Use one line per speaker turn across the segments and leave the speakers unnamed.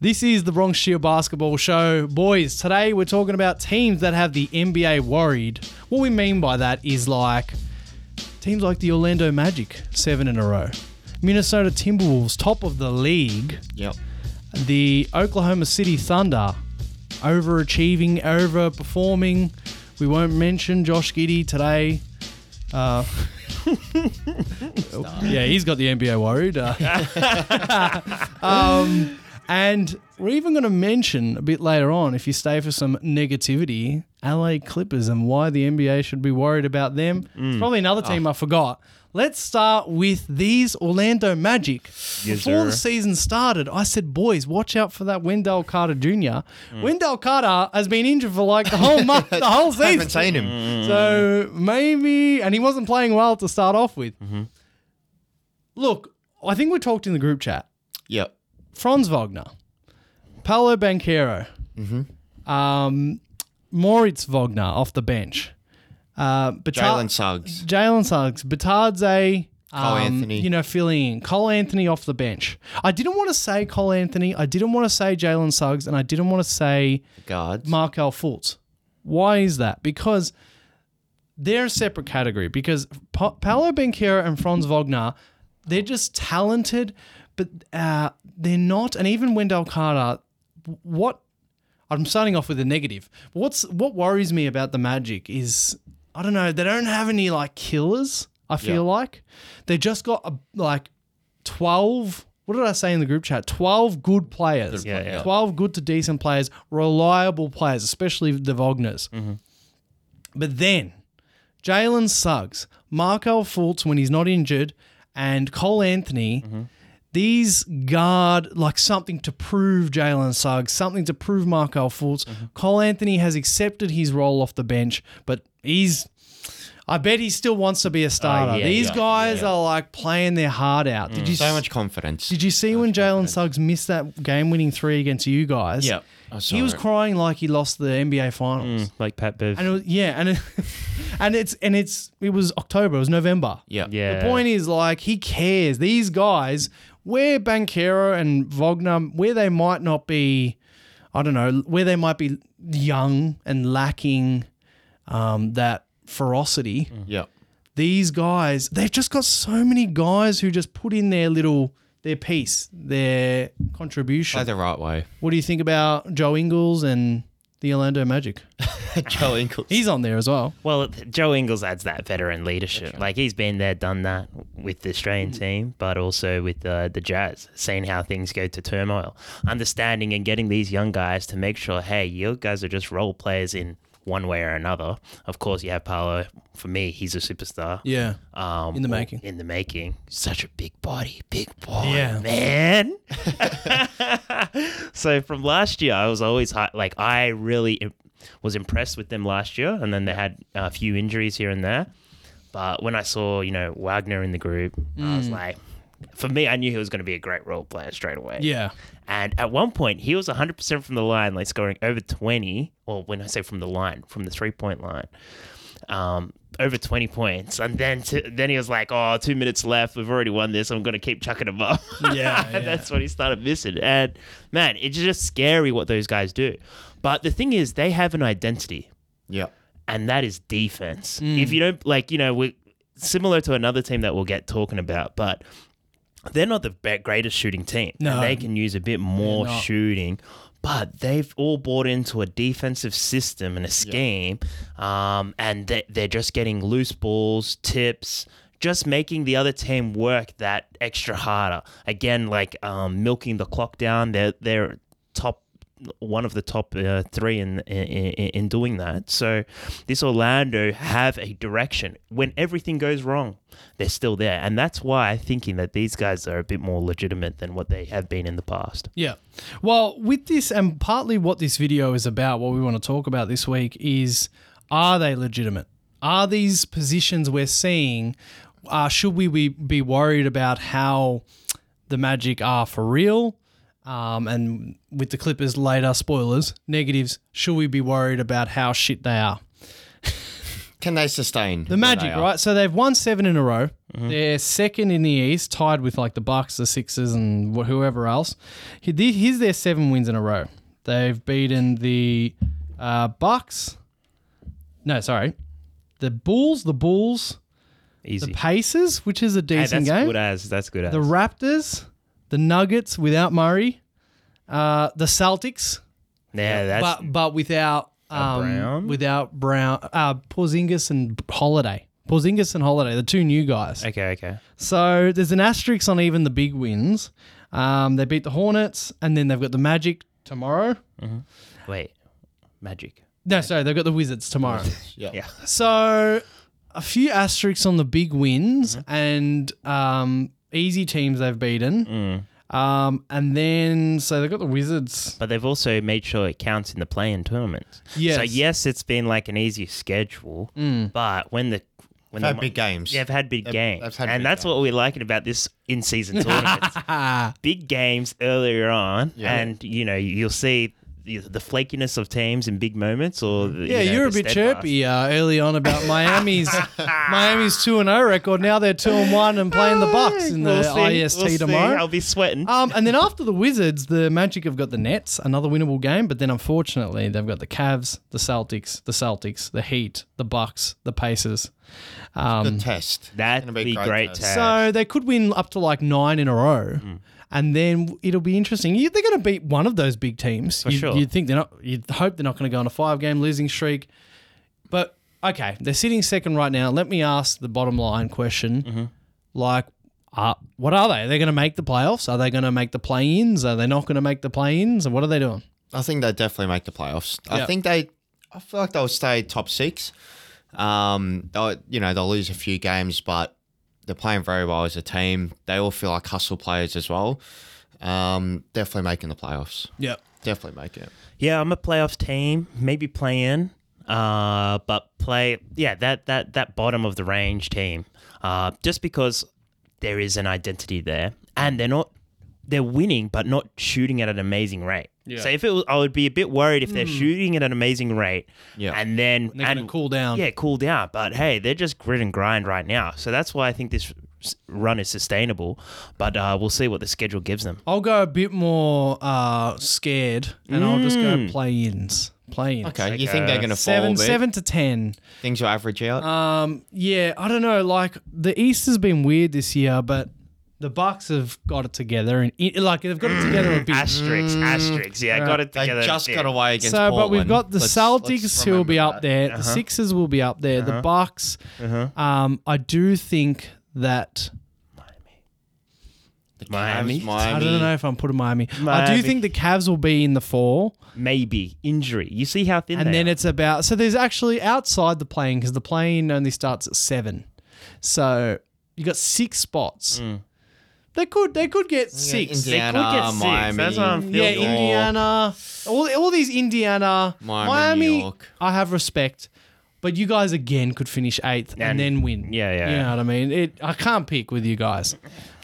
This is the Wrong Shield Basketball Show. Boys, today we're talking about teams that have the NBA worried. What we mean by that is like teams like the Orlando Magic, seven in a row, Minnesota Timberwolves, top of the league,
Yep.
the Oklahoma City Thunder, overachieving, overperforming. We won't mention Josh Giddy today. Uh, yeah, he's got the NBA worried. Uh, um, and we're even going to mention a bit later on, if you stay for some negativity, LA Clippers and why the NBA should be worried about them. It's probably another team I forgot. Let's start with these Orlando Magic. Before
sir.
the season started, I said, boys, watch out for that Wendell Carter Jr. Wendell Carter has been injured for like the whole month, the whole
I
season.
haven't seen him.
So maybe, and he wasn't playing well to start off with.
Mm-hmm.
Look, I think we talked in the group chat.
Yep.
Franz Wagner, Paolo Banquero,
Mm-hmm.
um, Moritz Wagner off the bench, uh,
Jalen
Bata-
Suggs.
Jalen Suggs, Batardze,
Cole Anthony.
you know, filling in. Cole Anthony off the bench. I didn't want to say Cole Anthony. I didn't want to say Jalen Suggs, and I didn't want to say
Guards.
Markel Fultz. Why is that? Because they're a separate category. Because pa- Paolo Benquero and Franz Wagner, they're just talented, but uh, they're not. And even Wendell Carter, w- what I'm starting off with a negative. What's what worries me about the Magic is I don't know. They don't have any like killers. I feel
Yeah.
like they just got a, like twelve. What did I say in the group chat? Twelve good players.
Yeah, yeah.
Twelve good to decent players, reliable players, especially the Vogners. But then Jalen Suggs, Marco Fultz when he's not injured, and Cole Anthony these guard like something to prove Jalen Suggs, something to prove Markel Fultz. Cole Anthony has accepted his role off the bench, but he's I bet he still wants to be a starter.
yeah,
these
yeah,
guys are like playing their heart out. Did you
Mm. so much confidence.
did you see when Jalen Suggs missed that game winning three against you guys?
Yep. I saw
He was
it.
crying like he lost the NBA finals.
Mm.
Mm, like Pat Bev.
And it was, yeah, and it, and it's and it's it was October, it was November.
Yeah.
yeah.
The point is, like, he cares. These guys, where Banquero and Wagner, where they might not be, I don't know, where they might be young and lacking um, that ferocity,
Yep.
these guys, they've just got so many guys who just put in their little, their piece, their
Play
contribution.
the right way.
What do you think about Joe Ingles and the Orlando Magic?
Joe Ingles.
He's on there as well.
well, Joe Ingles adds that veteran leadership. Like he's been there, done that with the Australian
Mm.
team, but also with uh, the Jazz, seeing how things go to turmoil, understanding and getting these young guys to make sure, hey, you guys are just role players in one way or another. Of course, you have Paolo. For me, he's a superstar.
Yeah.
Um,
In the
or-
making.
In the making. Such a big body, big boy,
Yeah.
man. so from last year, I was always hi- like, I really im- was impressed with them last year, and then they had a few injuries here and there. But when I saw, you know, Wagner in the group, I
Mm.
was like, for me, I knew he was going to be a great role player straight away.
Yeah.
And at one point, he was 100% from the line, like scoring over 20. Or when I say from the line, from the three point line, um, over 20 points. And then to, then he was like, oh, two minutes left. We've already won this. I'm going to keep chucking them up.
Yeah, yeah.
And That's when he started missing. And man, it's just scary what those guys do. But the thing is, they have an identity
Yep.
and that is defense.
Mm.
If you don't like, you know, we're similar to another team that we'll get talking about, but they're not the be- greatest shooting team. And
No.
they can use a bit more
not.
shooting, but they've all bought into a defensive system and a scheme, um, and they- they're just getting loose balls, tips. Just making the other team work that extra harder. Again, like um, milking the clock down. They're they're top one of the top uh, three in, in in doing that. So this Orlando have a direction. When everything goes wrong, they're still there, and that's why I'm thinking that these guys are a bit more legitimate than what they have been in the past.
Yeah. Well, with this, and partly what this video is about, what we want to talk about this week is are they legitimate? Are these positions we're seeing, uh, should we be, be worried about how the Magic are for real? Um, and with the Clippers later, spoilers, negatives, should we be worried about how shit they are?
Can they sustain?
The Magic, right? So they've won seven in a row.
Mm-hmm.
They're second in the East, tied with like the Bucks, the Sixers, and wh- whoever else. He- thi- Here's their seven wins in a row. They've beaten the uh, Bucks. No, sorry, the Bulls, the Bulls, the
Easy.
Pacers, which is a
Hey,
decent
that's
game.
good eh? as. That's good as.
The Raptors, the Nuggets without Murray, uh, the Celtics,
yeah, that's
but but without um,
Brown?
without Brown, uh, Porzingis and Holiday. Porzingis and Holiday, the two new guys.
okay. Okay.
So there's an asterisk on even the big wins. Um, they beat the Hornets, and then they've got the Magic tomorrow.
Wait, magic.
No, sorry, they've got the Wizards tomorrow.
Yeah.
So a few asterisks on the big wins
Mm-hmm.
and um, easy teams they've beaten.
Mm.
Um, and then so they've got the Wizards.
But they've also made sure it counts in the play-in tournaments. So
Yes. Mm.
yes, it's been like an easy schedule, but when the when
They've
the,
had big games.
Yeah, I've had big games,
they've had
and
big
that's what we're liking about this in-season tournaments. big games earlier on,
Yeah.
and you know you'll see the, the flakiness of teams in big moments. Or the,
Yeah,
you know,
you were a
the
bit
steadfast.
chirpy uh, early on about Miami's Miami's two and zero record. Now they're two and one and playing the Bucks in
We'll
the
see,
IST
we'll see.
tomorrow.
I'll be sweating.
Um, and then after the Wizards, the Magic have got the Nets, another winnable game. But then unfortunately, they've got the Cavs, the Celtics, the Celtics, the Heat, the Bucks, the Pacers.
Good test.
That'd
Gonna
be great to have.
Um, So they could win up to like nine in a row.
Mm.
And then it'll be interesting. You, they're going to beat one of those big teams. you,
sure.
You'd think they're not. You'd hope they're not going to go on a five-game losing streak. But okay, they're sitting second right now. Let me ask the bottom line question:
Mm-hmm.
Like, uh, what are they? Are they going to make the playoffs? Are they going to make the play-ins? Are they not going to make the play-ins? And what are they doing?
I think they definitely make the playoffs.
Yeah.
I think they. I feel like they'll stay top six. Um, they'll, you know they'll lose a few games, but they're playing very well as a team. They all feel like hustle players as well. Um, definitely making the playoffs.
Yep.
Definitely make it.
Yeah, I'm a playoff team, maybe play in, uh, but play yeah that that that bottom of the range team, uh, just because there is an identity there, and they're not they're winning but not shooting at an amazing rate. So if it was, I would be a bit worried if they're shooting at an amazing rate,
Hmm. Yeah.
and then
They're going to
and-
cool down.
yeah, cool down. But hey, they're just grit and grind right now. So that's why I think this s- run is sustainable. But uh, we'll see what the schedule gives them.
I'll go a bit more uh, scared, and I'll just
Mm.
go play-ins. Play-ins.
Okay, you think they're going to fall?
Seven,
a bit?
seven to ten.
Things will average out.
Um, yeah, I don't know. Like the East has been weird this year, but the Bucks have got it together, and it- like they've got it together
Mm.
a bit.
Asterix, asterix. Yeah, got it
they
together.
just
Yeah.
got away against.
So, but we've
Portland.
got the
Let's- let's
Celtics who will be
remember
up
that. Uh-huh.
there. The Sixers will be up there. The Bucks. Um, I do think that
The Cavs,
Miami.
I
Miami.
don't know if I'm putting Miami. I do
Miami.
think the Cavs will be in the four,
maybe injury. You see how thin
and
they
then
are.
it's about. So there's actually outside the plane because the plane only starts at seven. So you got six spots. They could they could get six.
could
Mm. Indiana,
get six.
Miami,
That's what I'm
Yeah,
feeling. York.
Indiana. All, all these Indiana,
Miami,
Miami,
New York.
I have respect, but you guys again could finish eighth and,
And-
then win.
yeah, yeah,
You
yeah.
know what I mean? It. I can't pick with you guys,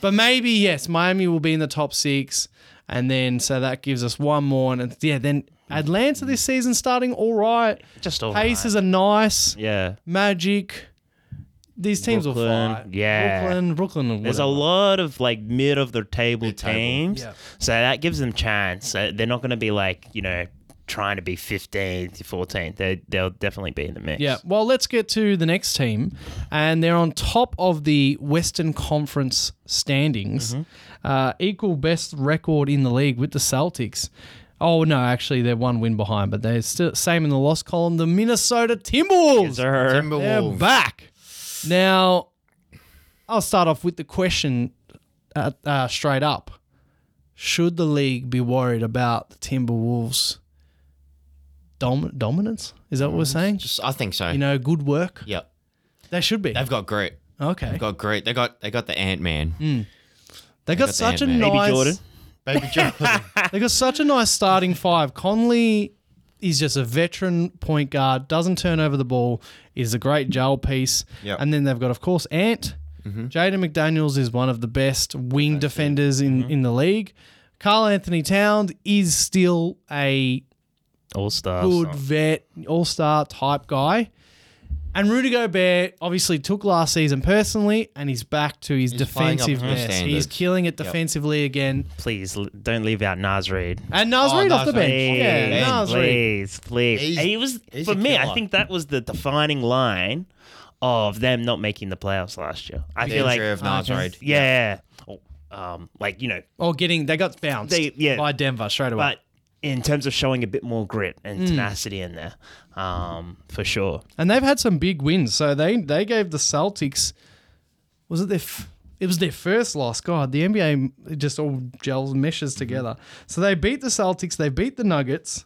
but maybe yes, Miami will be in the top six, and then so that gives us one more, and it's- yeah, then Atlanta this season starting all right.
just all
Paces are nice.
right. Yeah.
Magic. These teams
Brooklyn,
will fight.
yeah.
Brooklyn, Brooklyn.
There's a
whatever.
lot of like mid of the table teams.
Yeah.
So that gives them chance. So they're not going to be like, you know, trying to be 15th, 14th. They, they'll definitely be in the mix.
Yeah. Well, let's get to the next team, and they're on top of the Western Conference standings, uh, equal best record in the league with the Celtics. Oh no, actually they're one win behind, but they're still same in the loss column. The Minnesota Timberwolves.
Sir.
They're
Timberwolves.
back. Now, I'll start off with the question uh, uh, straight up. Should the league be worried about the Timberwolves' dom- dominance? Is that what we're saying?
Just, I think so.
You know, good work.
yeah,
They should be.
they've got grit.
okay.
Got grit. They got they got the Ant Man.
Hmm. they got
got
such a
the hand, man.
nice.
Baby Jordan.
Baby Jordan.
They got such a nice starting five. Conley is just a veteran point guard. Doesn't turn over the ball. Is a great jail piece.
Yep. Mm-hmm.
And then they've got, of course, Ant. Jaden McDaniels is one of the best wing defenders in,
Mm-hmm.
in the league. Carl Anthony Towns is still a
All stars.
good vet, all star type guy. And Rudy Gobert obviously took last season personally, and he's back to his
playing up
defensive
to
best. He's
standards.
killing it defensively again.
Please l- don't leave out Nas Reid.
And Nas
Oh,
Reid off the
Nas
bench.
Reid.
Yeah,
Ben,
Nas Reid.
please, please.
He's-
he was
he's
for
a
me. I
killer.
think that was the defining line of them not making the playoffs last year. I
The
feel like,
injury of Nas Reid.
yeah, Oh, um, like you know,
Or Oh, getting they got bounced
They- yeah.
by Denver straight away.
but in terms of showing a bit more grit
Mm.
and tenacity in there, um, for sure.
and they've had some big wins. So they they gave the Celtics was it their f- it was their first loss. God, the NBA it just all gels meshes together. So they beat the Celtics. They beat the Nuggets.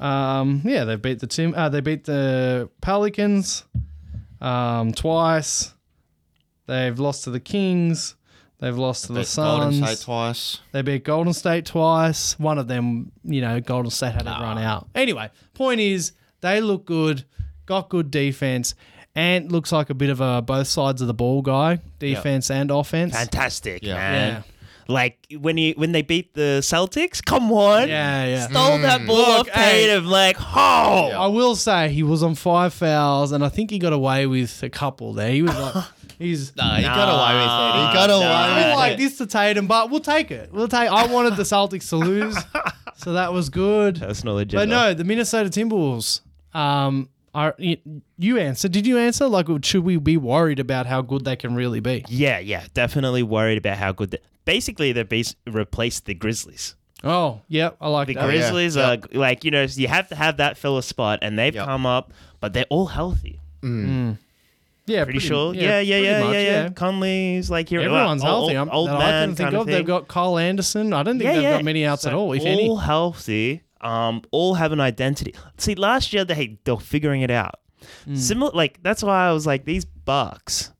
Um, yeah, they beat the Tim. Uh, they beat the Pelicans um, twice. They've lost to the Kings. They've lost to the
Beat Golden State
Suns.
twice.
They beat Golden State twice. One of them, you know, Golden State had to run
Ah.
out. Anyway, point is, they look good, got good defense, and looks like a bit of a both sides of the ball guy, defense and offense.
Fantastic,
Yeah.
man.
Yeah.
Like when you when they beat the Celtics, come on,
Yeah, yeah.
stole
Mm.
that ball
Look,
off Tatum. Like, oh,
I will say he was on five fouls, and I think he got away with a couple there. He was like, he's.
No, he got away with it. He got
Nah,
away
I
with
don't like
it.
this to Tatum, but we'll take it. We'll take. I wanted the Celtics to lose, so that was good.
that's not legit.
But no, the Minnesota Timberwolves. Um, are you, you answer? Did you answer? Like, should we be worried about how good they can really be?
Yeah, yeah, definitely worried about how good. They, basically, they base, replaced the Grizzlies.
Oh, yeah, I like
The
that.
yeah.
Grizzlies are like you know you have to have that filler spot, and they've
Yep.
come up, but they're all healthy.
yeah,
Pretty, sure. Yeah, yeah,
pretty
yeah,
much,
yeah, yeah, Conley's like here.
Everyone's
old,
healthy. I'm,
Old, old
that I
man
can think
kind
of. They've
thing.
got Kyle Anderson. I don't think
Yeah,
they've
yeah.
got many outs at
So
all, if
all
any.
healthy. Um, all have an identity. See, last year they they're figuring it out. Similar, like that's why I was like these Bucks.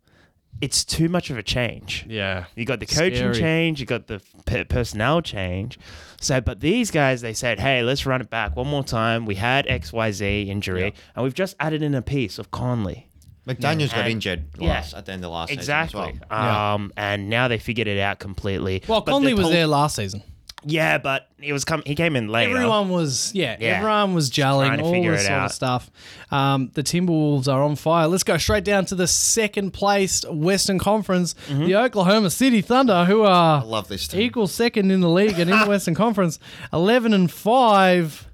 It's too much of a change.
Yeah,
You got the coaching
Scary.
change, you got the pe- personnel change. So, but these guys, they said, hey, let's run it back one more time. We had XYZ injury, and we've just added in a piece of Conley.
McDaniel's got
And-
injured
Yeah.
last, at the end of last season.
Exactly.
as well.
Yeah.
Um, And now they figured it out completely.
Well,
But
Conley
the
was
pol-
there last season.
Yeah, but he was come. He came in later.
Everyone was, yeah,
Yeah.
everyone was gelling,
Trying to
all
figure
this
it
sort of
out.
stuff. Um, the Timberwolves are on fire. Let's go straight down to the second place Western Conference,
Mm-hmm.
the Oklahoma City Thunder, who are
I love this team.
equal second in the league and in the Western Conference, eleven and five.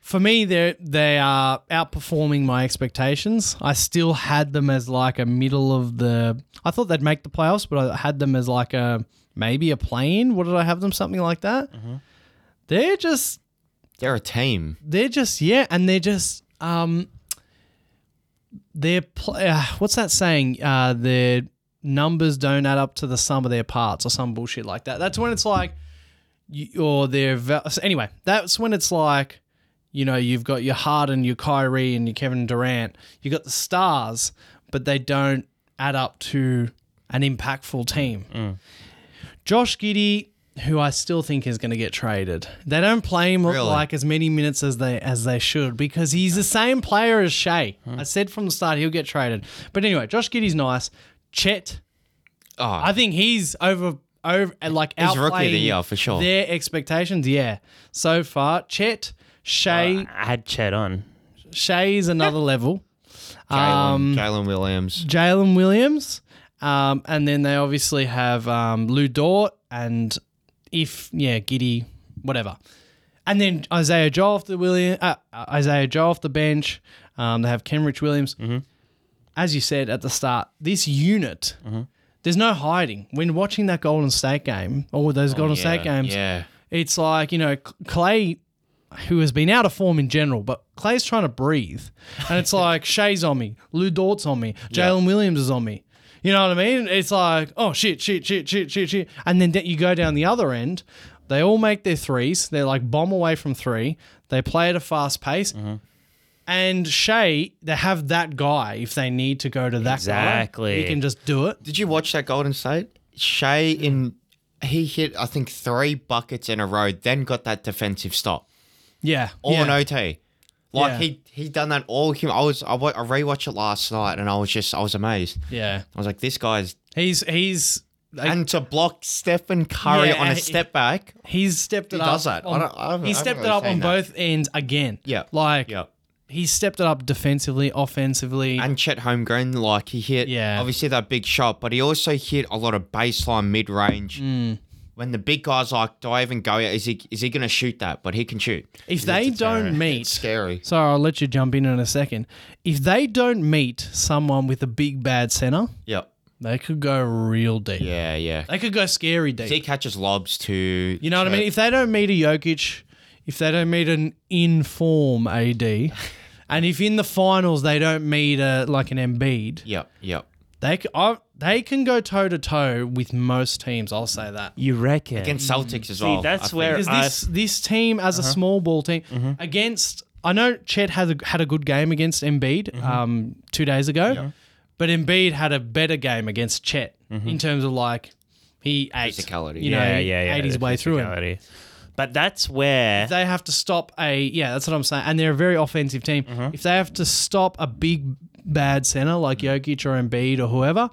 For me, they they are outperforming my expectations. I still had them as like a middle of the. I thought they'd make the playoffs, but I had them as like a maybe a plane. What did I have them? Something like that.
Mm-hmm.
They're just
They're a team.
they're just yeah, and they're just um, they're pl- uh, what's that saying? Uh, their numbers don't add up to the sum of their parts, or some bullshit like that. That's when it's like, you, or their val- so anyway. That's when it's like, you know, you've got your Harden, your Kyrie, and your Kevin Durant. You got the stars, but they don't add up to an impactful team. Josh Giddy, who I still think is going to get traded. They don't play him
Really?
like as many minutes as they as they should because he's the same player as Shea. I said from the start he'll get traded. But anyway, Josh Giddy's nice. Chet,
Oh,
I think he's over over uh, like
He's rookie of the
outplaying
year, for sure.
Their expectations, yeah. So far, Chet, Shea,
I had Chet on.
Shea's another level.
Jalen
um,
Jalen Williams.
Jalen Williams, um, and then they obviously have um, Lou Dort and if yeah Giddy, whatever, and then Isaiah Joel off the William uh, Isaiah Joel off the bench. Um, they have Kenrich Williams.
Mm-hmm.
As you said at the start, this unit.
Mm-hmm.
There's no hiding. When watching that Golden State game or those Golden State
Oh, Yeah,
games,
Yeah.
it's like, you know, C- Clay, who has been out of form in general, but Clay's trying to breathe. And it's like, Shea's on me, Lou Dort's on me, Jalen Williams is on me. You know what I mean? It's like, oh, shit, shit, shit, shit, shit, shit. And then you go down the other end. They all make their threes. They're like bomb away from three. They play at a fast pace.
Mm-hmm.
And Shea, they have that guy if they need to go to that guy.
Exactly.
He can just do it.
Did you watch that Golden State? Shea in he hit I think three buckets in a row, then got that defensive stop.
Yeah.
All
yeah.
in OT. Like
Yeah.
he he done that all him. I was I, wa- I rewatched it last night and I was just I was amazed.
Yeah.
I was like, this guy's
He's, he's,
and to block Stephen Curry
Yeah,
on a
and he-
step back.
He's stepped it
He
up.
does that. I
on-
don't- I haven't-
he
I haven't
stepped it
really
up on
seen that.
both ends again.
Yeah.
Like
Yeah.
he stepped it up defensively, offensively.
And Chet Holmgren, like he hit,
Yeah.
obviously that big shot, but he also hit a lot of baseline mid range.
Mm.
When the big guys like, do I even go? Is he is he going to shoot that? But he can shoot.
if they don't meet,
it's scary.
sorry, I'll let you jump in in a second. If they don't meet someone with a big bad center,
Yep.
they could go real deep.
Yeah, yeah.
They could go scary deep.
If he catches lobs to,
You know what I mean? If they don't meet a Jokic, if they don't meet an in form AD, and if in the finals they don't meet a like an Embiid,
Yep, yep.
they c- I, they can go toe to toe with most teams. I'll say that.
You reckon?
Against
Mm.
Celtics as
See,
well.
that's
I think.
where-
Because this this team as a small ball team against I know Chet had a, had a good game against Embiid um, two days ago, but Embiid had a better game against Chet in terms of like he ate
Physicality.
you know,
yeah, yeah, yeah.
ate his
the
way through him.
physicality. But that's where
If they have to stop a yeah, that's what I'm saying. And they're a very offensive team.
Mm-hmm.
If they have to stop a big bad center like
Mm-hmm.
Jokic or Embiid or whoever,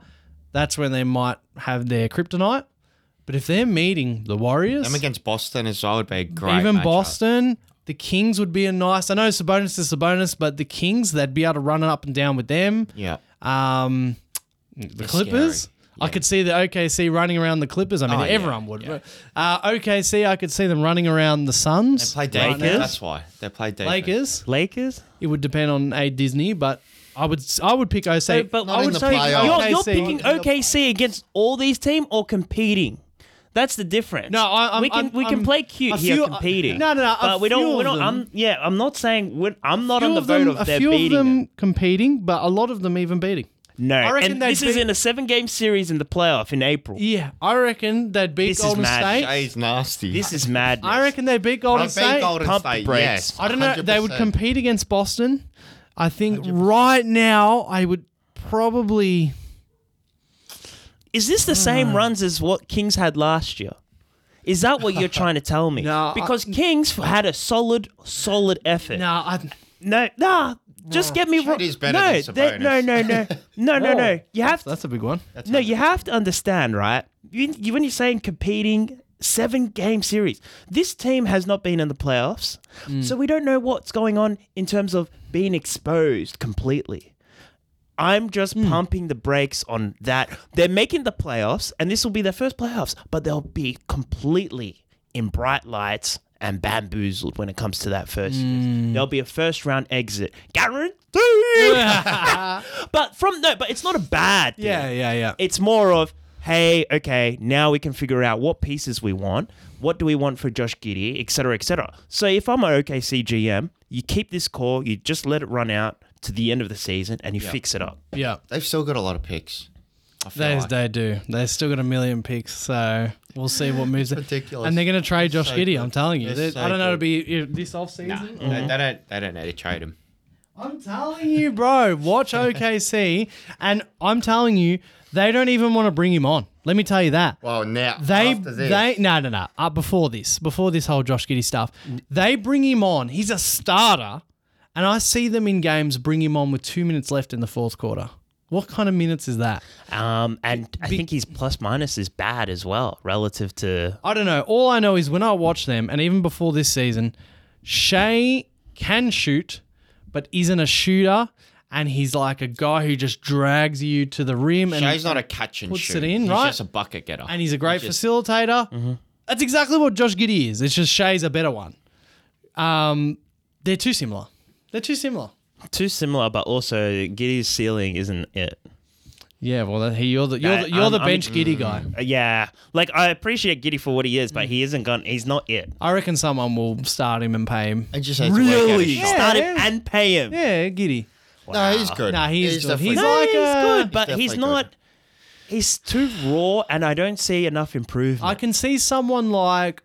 that's when they might have their kryptonite. But if they're meeting the Warriors,
Them against Boston as well would be a great.
even
matchup.
Boston, the Kings would be a nice. I know Sabonis is Sabonis, but the Kings they'd be able to run it up and down with them.
Yeah.
Um, the Clippers. I could see the OKC running around the Clippers. I mean,
Oh, yeah,
everyone would. Uh, OKC, I could see them running around the Suns.
Play
Lakers?
defense. That's why they play defense.
Lakers.
Lakers.
It would depend on a Disney, but I would I would pick OC.
but
Not
I
in
would
the
say
playoffs.
you're, you're
OKC.
picking OKC against all these teams or competing. That's the difference.
No, I- I'm-
we can
I'm-
we can
I'm-
play cute
a
here
few-
competing.
no, no, no, a
But we don't.
few
We
of
don't.
them-
I'm yeah. I'm not saying we're, I'm not
a
on
few
the
of them,
vote of
a
they're
few of
beating
them
them.
competing, but a lot of them even beating.
No,
I reckon
and
they'd
this is
be-
in a seven game series in the playoff in April.
Yeah, I reckon they'd beat
This is
Golden
mad.
State.
Jay's nasty.
This is madness.
I reckon they beat
I
Golden
think
State.
Golden
pump the
State.
brakes.
Yes.
I don't know. They would
100%.
compete against Boston. I think right now I would probably.
Is this the
Mm.
same runs as what Kings had last year? Is that what you're trying to tell me?
No, I-
because Kings had a solid, solid effort.
No, I,
No, nah. Just get me wrong.
is better
no,
than
they-
Sabonis.
no, no, no, no, no, no. You have to,
that's a big one.
no. You have to understand, right? You, you, when you're saying competing seven game series, this team has not been in the playoffs,
Mm.
so we don't know what's going on in terms of being exposed completely. I'm just
Mm.
pumping the brakes on that. They're making the playoffs, and this will be their first playoffs, but they'll be completely in bright lights and bamboozled when it comes to that first.
Mm.
year. There'll be a first round exit, guaranteed.
yeah,
but from no, but it's not a bad. Thing.
yeah, yeah.
It's more of, hey, okay, now we can figure out what pieces we want. What do we want for Josh Giddy, et cetera, et cetera. So if I'm an OKC GM, you keep this core, you just let it run out to the end of the season and you fix it up.
yeah.
They've still got a lot of picks. I feel
They,
like.
they do. They still got a million picks, so we'll see what moves. it.
ridiculous.
And they're going to trade Josh Giddy. I'm telling you.
It's
They-
so
I don't know.
good.
It'll be uh, this off season.
They, they don't. They don't need to trade him.
I'm telling you, bro. Watch OKC, and I'm telling you, they don't even want to bring him on. Let me tell you that.
Well, now
They,
after this,
they, no, no, no. Uh, before this, before this whole Josh Giddy stuff,
Mm.
they bring him on. He's a starter, and I see them in games bring him on with two minutes left in the fourth quarter. What kind of minutes is that?
Um, and I think his plus minus is bad as well relative to.
I don't know. All I know is when I watch them, and even before this season, Shea can shoot, but isn't a shooter, and he's like a guy who just drags you to the rim. And
Shay's not a catch and
puts
shoot.
it in,
he's
right?
just a bucket getter.
and he's a great
just-
facilitator. That's exactly what Josh Giddy is. It's just Shea's a better one. Um, they're too similar. They're too similar.
Too similar, but also Giddy's ceiling isn't it.
Yeah, well, that- he, you're the you're, the,
That-
you're
I'm-
the
I'm-
bench Giddy guy.
Uh, Yeah, like I appreciate Giddy for what he is, but he isn't gone. He's not it.
I reckon someone will start him and pay him.
And just has to work out
Really?
his shot.
Start him
yeah.
and pay him.
Yeah, Giddy.
No, he's good.
Nah, he's good.
definitely
He's
No,
like
he's
a-
good,
He's
but he's,
definitely
not. He's too raw, and I don't see enough
I
improvement.
can see someone like,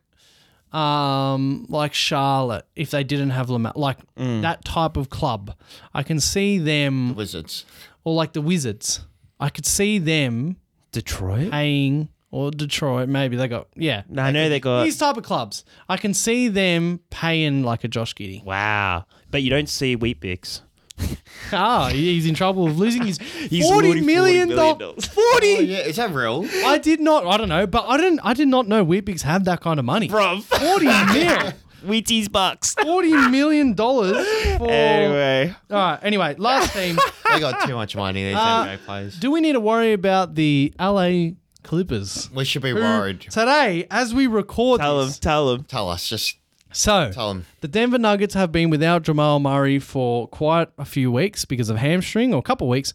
um, like Charlotte if they didn't have Lamar, like that type of club. I can see them,
Wizards.
or like the Wizards. I could see them
Detroit.
paying, or Detroit. Maybe they got yeah.
No, I know they got.
These type of clubs, I can see them paying like a Josh Giddy.
Wow, but you don't see Wheat Bix.
Ah, he's in trouble of losing his
He's
forty
already
million
$40
dollars.
million.
Oh,
Forty.
yeah, is that real?
I did not. I don't know, but I didn't. I did not know Whitbigs had that kind of money.
Bruv.
Forty mil.
Wheaties bucks.
Forty million dollars for.
Anyway,
All right. Anyway, last team.
They got too much money, these
Uh,
NBA players.
Do we need to worry about the LA Clippers?
We should be
Who
worried.
Today, as we record
tell him,
this,
tell him.
Tell us, just
so
tell them.
the Denver Nuggets have been without Jamal Murray for quite a few weeks because of hamstring or a couple weeks.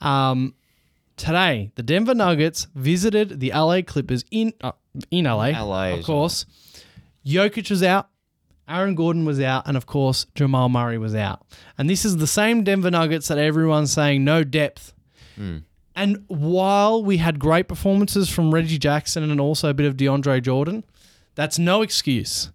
Um, today, the Denver Nuggets visited the LA Clippers in uh, in LA,
LA
of
is-
course. Jokic was out, Aaron Gordon was out, and of course Jamal Murray was out. And this is the same Denver Nuggets that everyone's saying no depth. And while we had great performances from Reggie Jackson and also a bit of DeAndre Jordan, that's no excuse.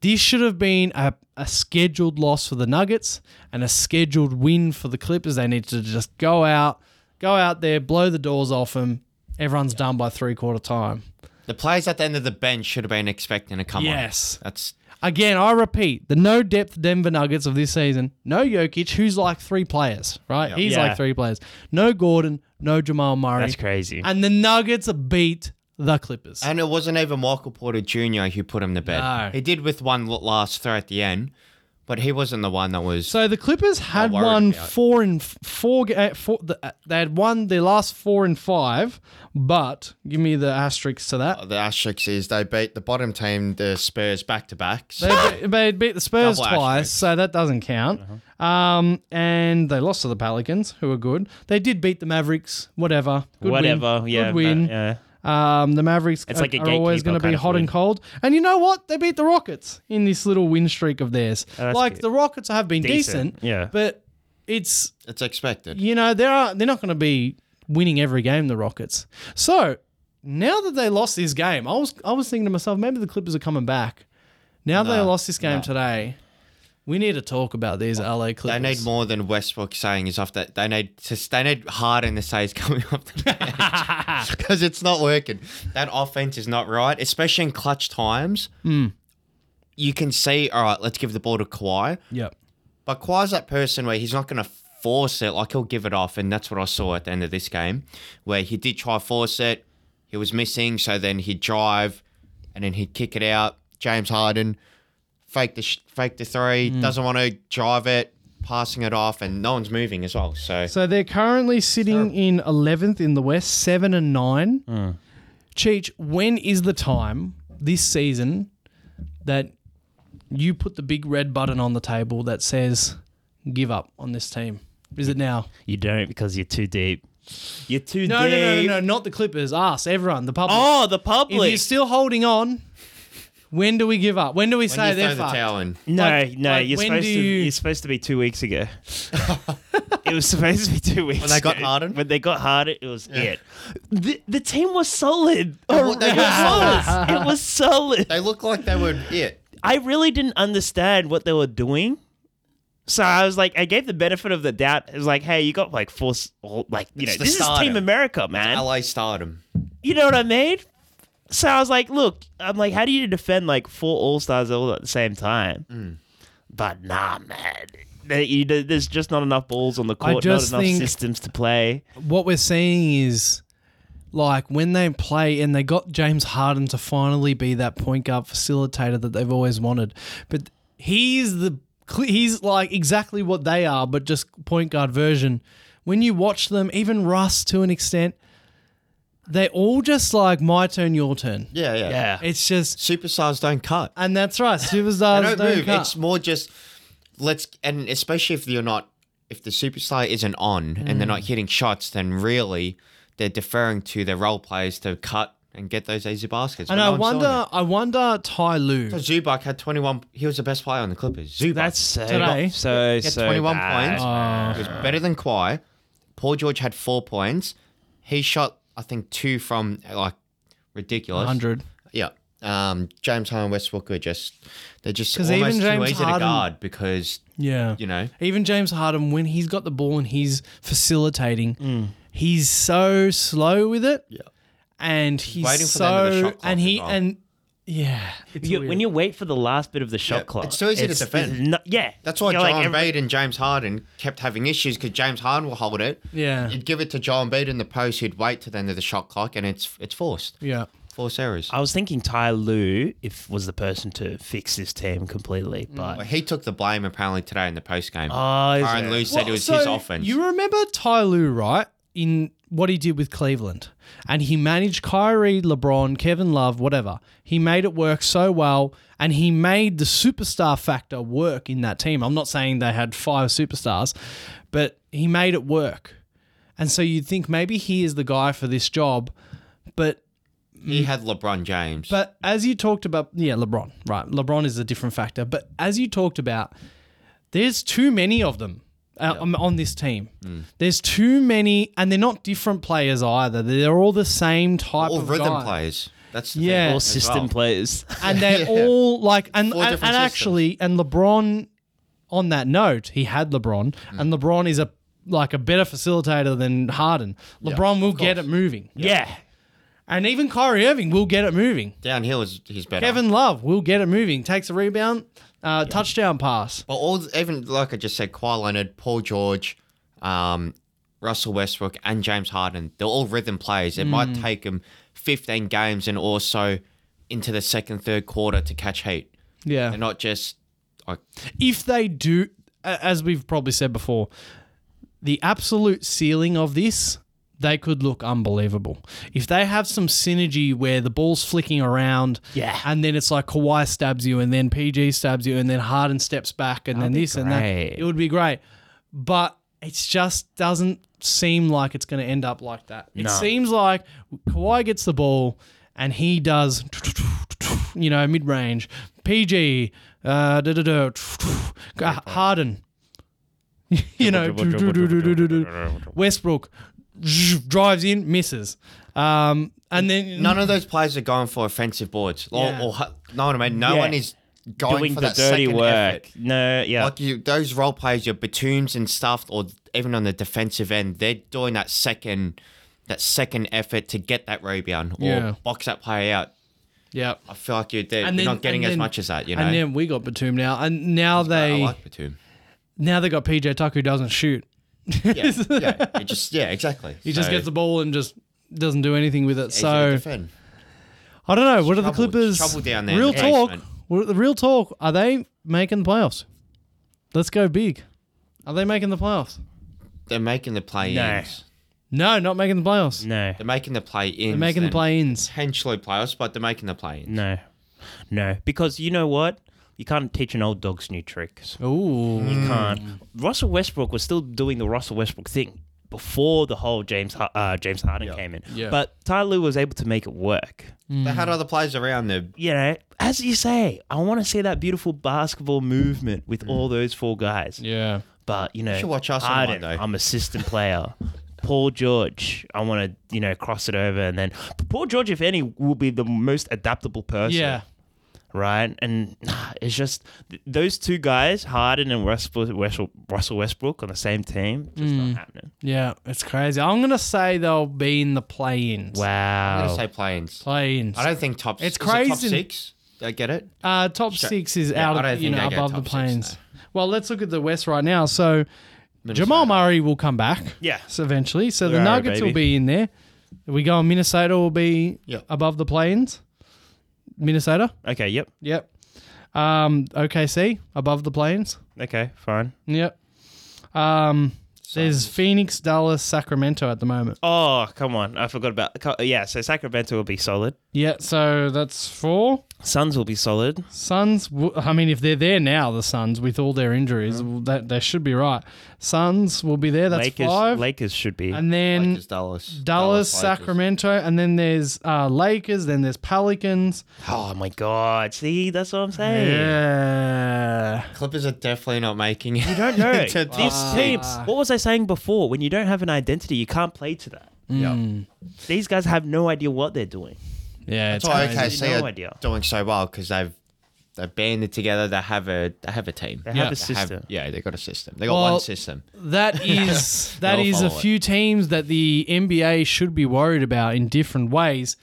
This should have been a, a scheduled loss for the Nuggets and a scheduled win for the Clippers. They need to just go out, go out there, blow the doors off them. Everyone's done by three quarter time.
The players at the end of the bench should have been expecting to come on.
Yes.
That's
Again, I repeat, the no depth Denver Nuggets of this season, no Jokic, who's like three players, right? He's
Yeah.
like three players. No Gordon, no Jamal Murray.
That's crazy.
And the Nuggets beat the Clippers.
and it wasn't even Michael Porter Jr. who put him to bed.
No.
He did with one l- last throw at the end, but he wasn't the one that was.
So the Clippers had
worried
won
about it.
four and f- four. ga- uh, four the, uh, they had won their last four and five, but give me the asterisks to that.
the asterisk is they beat the bottom team, the Spurs, back to back. So
They, be- they beat the Spurs
Double
twice,
asterisks.
so that doesn't count.
Uh-huh.
Um, and they lost to the Pelicans, who are good. They did beat the Mavericks. Whatever. Good win.
Whatever. Yeah.
Good
but-
win.
yeah.
Um, the Mavericks
It's
are,
like a
are always
gatekeeper
going to be
kind of
hot and
win.
cold. And you know what? They beat the Rockets in this little win streak of theirs.
Oh, that's
like
good.
the Rockets have been
Decent,
decent,
yeah.
but it's
it's expected.
you know there are they're not going to be winning every game the Rockets. So now that they lost this game, I was I was thinking to myself, maybe the Clippers are coming back. Now that they lost this game today, we need to talk about these LA Clippers.
They need more than Westbrook saying he's off that. They need to, they need Harden to say he's coming off the bench because it's not working. That offense is not right, especially in clutch times. You can see, all right, let's give the ball to Kawhi,
Yep.
but Kawhi's that person where he's not going to force it. Like he'll give it off, and that's what I saw at the end of this game, where he did try to force it. He was missing, so then he'd drive, and then he'd kick it out. James Harden fake the sh- fake the three, doesn't want to drive it, passing it off, and no one's moving as well. So
So they're currently sitting in 11th in the West, 7 and 9.
Mm.
Cheech, when is the time this season that you put the big red button on the table that says give up on this team? Is it now?
You don't because you're too deep. You're too
No,
deep.
no, no, no, no, not the Clippers, us, everyone, the public.
Oh, the
if
public.
you're still holding on, when do we give up? When do we
when
say
you
they're
throw the
fucked?
towel in,
No,
Like-
no,
like,
you're
when
supposed
do
to.
you-
You... are supposed to be two weeks ago. it was supposed to be two weeks.
When they got
ago.
Harden?
When they got Harden, it was it. The, the team was solid. It
wa- they were
was solid. It was solid.
they look like they were it.
I really didn't understand what they were doing. So I was like, I gave the benefit of the doubt. It was like, hey, you got like four, s- all- like you
It's the
know, this is Team
stardom.
America, man.
LA stardom.
You know what I mean? So I was like, look, I'm like, how do you defend like four All Stars all at the same time?
Mm.
But nah, man. There- you- there- There's just not enough balls on the court, not
just
enough
think-
systems to play.
what we're seeing is like when they play and they got James Harden to finally be that point guard facilitator that they've always wanted. But he's the he's like exactly what they are, but just point guard version. When you watch them, even Russ to an extent, they all just like my turn, your turn.
Yeah, yeah.
It's just
Superstars don't cut.
and that's right. Superstars
They
don't,
don't, move.
cut.
It's more just let's and especially if you're not if the superstar isn't on and they're
Mm.
not hitting shots, then really they're deferring to their role players to cut and get those easy baskets.
and
but
I
no one's doing
wonder, I wonder Ty Lue.
it. Zubac had 21. He was the best player on the Clippers. Zubac
That's so
Today.
so
he had
so
21
bad.
uh,
points. He
Oh.
was better than Kawhi. Paul George had four points. He shot I think two from like ridiculous.
Hundred.
Yeah. Um, James Harden, Westbrook are just they're just
'Cause
almost
even
too
James
easy to
Harden-
guard because
Yeah.
you know
Even James Harden, when he's got the ball and he's facilitating,
Mm.
he's so slow with it. Yeah. And he's
waiting for the end of the
so
shot clock
and he
as well.
and yeah. It's
You-
weird.
when you wait for the last bit of the shot
Yeah,
clock,
it's so easy to defend.
it's not- yeah,
That's why
You're
John
like, every-
Embiid and James Harden kept having issues because James Harden will hold it.
Yeah.
You'd give it to John Embiid in the post. He'd wait to the end of the shot clock, and it's it's forced.
yeah.
Four series.
I was thinking Ty Lue if was the person to fix this team completely, but
Uh,
Well, he took the blame apparently today in the post game.
Oh, is
Aaron
it?
Lou said it
Well,
was
so
his offense.
You remember Ty Lue, right? In what he did with Cleveland. And he managed Kyrie, LeBron, Kevin Love, whatever. He made it work so well. And he made the superstar factor work in that team. I'm not saying they had five superstars, but he made it work. And so you'd think maybe he is the guy for this job. But
he had LeBron James.
but as you talked about, yeah, LeBron, right? LeBron is a different factor. But as you talked about, there's too many of them uh, on- on this team.
Mm.
There's too many, and they're not different players either. They're all the same type
all
of
rhythm
guy.
players. That's the
Yeah.
thing.
All
all
as
system
well.
players.
and they're all like, and
Four
and,
different
and
systems.
actually, and LeBron. On that note, he had
Mm.
LeBron, and LeBron is a like a better facilitator than Harden. LeBron will get it moving,
yeah.
and even Kyrie Irving will get it moving.
Downhill is he's better.
Kevin Love will get it moving. Takes a rebound, uh, touchdown pass.
But all even like I just said, Kawhi Leonard, Paul George, um, Russell Westbrook, and James Harden, they're all rhythm players. It might
Hmm.
take them 15 games and also into the second, third quarter to catch heat.
Yeah.
They're not just like
If they do, a- as we've probably said before, the absolute ceiling of this, they could look unbelievable. If they have some synergy where the ball's flicking around,
Yeah.
and then it's like Kawhi stabs you, and then PG stabs you, and then Harden steps back, and then
be
this and that,
great.
it would be great. But it just doesn't seem like it's going to end up like that. It
No.
seems like Kawhi gets the ball and he does, you know, mid range. PG, uh, da da da, uh, Harden, you know, Westbrook drives in, misses. Um, and then
none of those players are going for offensive boards. Or,
Yeah.
or hu- no one, I mean, no
Yeah.
one is going
Doing
for
the
that
dirty
second
work.
effort.
No, yeah.
Like you, those role players, your Batums and stuff, or even on the defensive end, they're doing that second, that second effort to get that rebound or
Yeah.
box that player out.
yeah,
I feel like you're, they're,
and
you're
then
not getting
and
as
then-
much as that, you know.
And then we got Batum now, and now they
I like Batum.
now they got PJ Tucker who doesn't shoot.
Yeah, yeah. It just yeah, exactly.
He just gets the ball and just doesn't do anything with it.
so
So I don't know. What are the
trouble.
Clippers?
It's trouble down there in
Real
the
talk.
basement.
what- The real talk. Are they making the playoffs? Let's go big. Are they making the playoffs?
they're making the play-ins.
No.
No, not making the playoffs.
no,
They're making the play-ins.
They're making the
then.
play-ins.
Potentially playoffs, but they're making the play-ins.
no, no. Because you know what? You can't teach an old dog's new tricks.
Ooh.
can't. Russell Westbrook was still doing the Russell Westbrook thing before the whole James Har- uh, James Harden came in.
Yeah.
But Ty Lue was able to make it work.
They had other players around them.
You know, as you say, I want to see that beautiful basketball movement with all those four guys.
Yeah.
But you know,
should watch us on
Harden,
Monday.
I'm assistant player. Paul George, I want to you know cross it over and then Paul George, if any, will be the most adaptable person.
Yeah.
right? And it's just th- those two guys, Harden and Russell, Russell, Russell Westbrook, on the same team. Just
Mm.
not happening.
Yeah. It's crazy. I'm gonna say they'll be in the play-ins.
I'm
Wow.
gonna say play-ins.
Play-ins.
I don't think top.
It's
is it top
crazy.
six. Did I get it.
Uh, top six is
Yeah,
out
I don't
of you
think
know
they go
above the
top six,
planes.
no.
Well, let's look at the West right now. So Jamal Murray will come back.
Yeah.
s- eventually. So the
Right,
Nuggets will
baby.
be in there. We go on Minnesota will be
Yep.
above the planes. Minnesota.
Okay. Yep.
Yep. Um, OKC above the planes.
Okay. Fine.
Yep. Um, there's Phoenix, Dallas, Sacramento at the moment.
Oh, come on! I forgot about. co- Yeah. So Sacramento will be solid.
Yeah. So that's four.
Suns will be solid.
Suns. w- I mean, if they're there now, the Suns with all their injuries, well, that they should be right. Suns will be there. That's
Lakers.
five.
Lakers should be.
and then
Lakers, Dallas.
Dallas,
Lakers.
Sacramento, and then there's uh, Lakers. Then there's Pelicans.
oh my God! See, that's what I'm saying.
Yeah.
Clippers are definitely not making it. You
I don't know. These teams. What was I saying before? When you don't have an identity, you can't play to that.
Hmm.
These guys have no idea what they're doing.
Yeah.
That's why
crazy.
OKC
No
are
idea.
doing so well because they've they've banded together. They have a they have a team.
They
yeah.
have a
They have-
system.
yeah, they got a system. They got
Well-
one system.
That is that
They'll
is a
follow it.
few teams that the NBA should be worried about in different ways.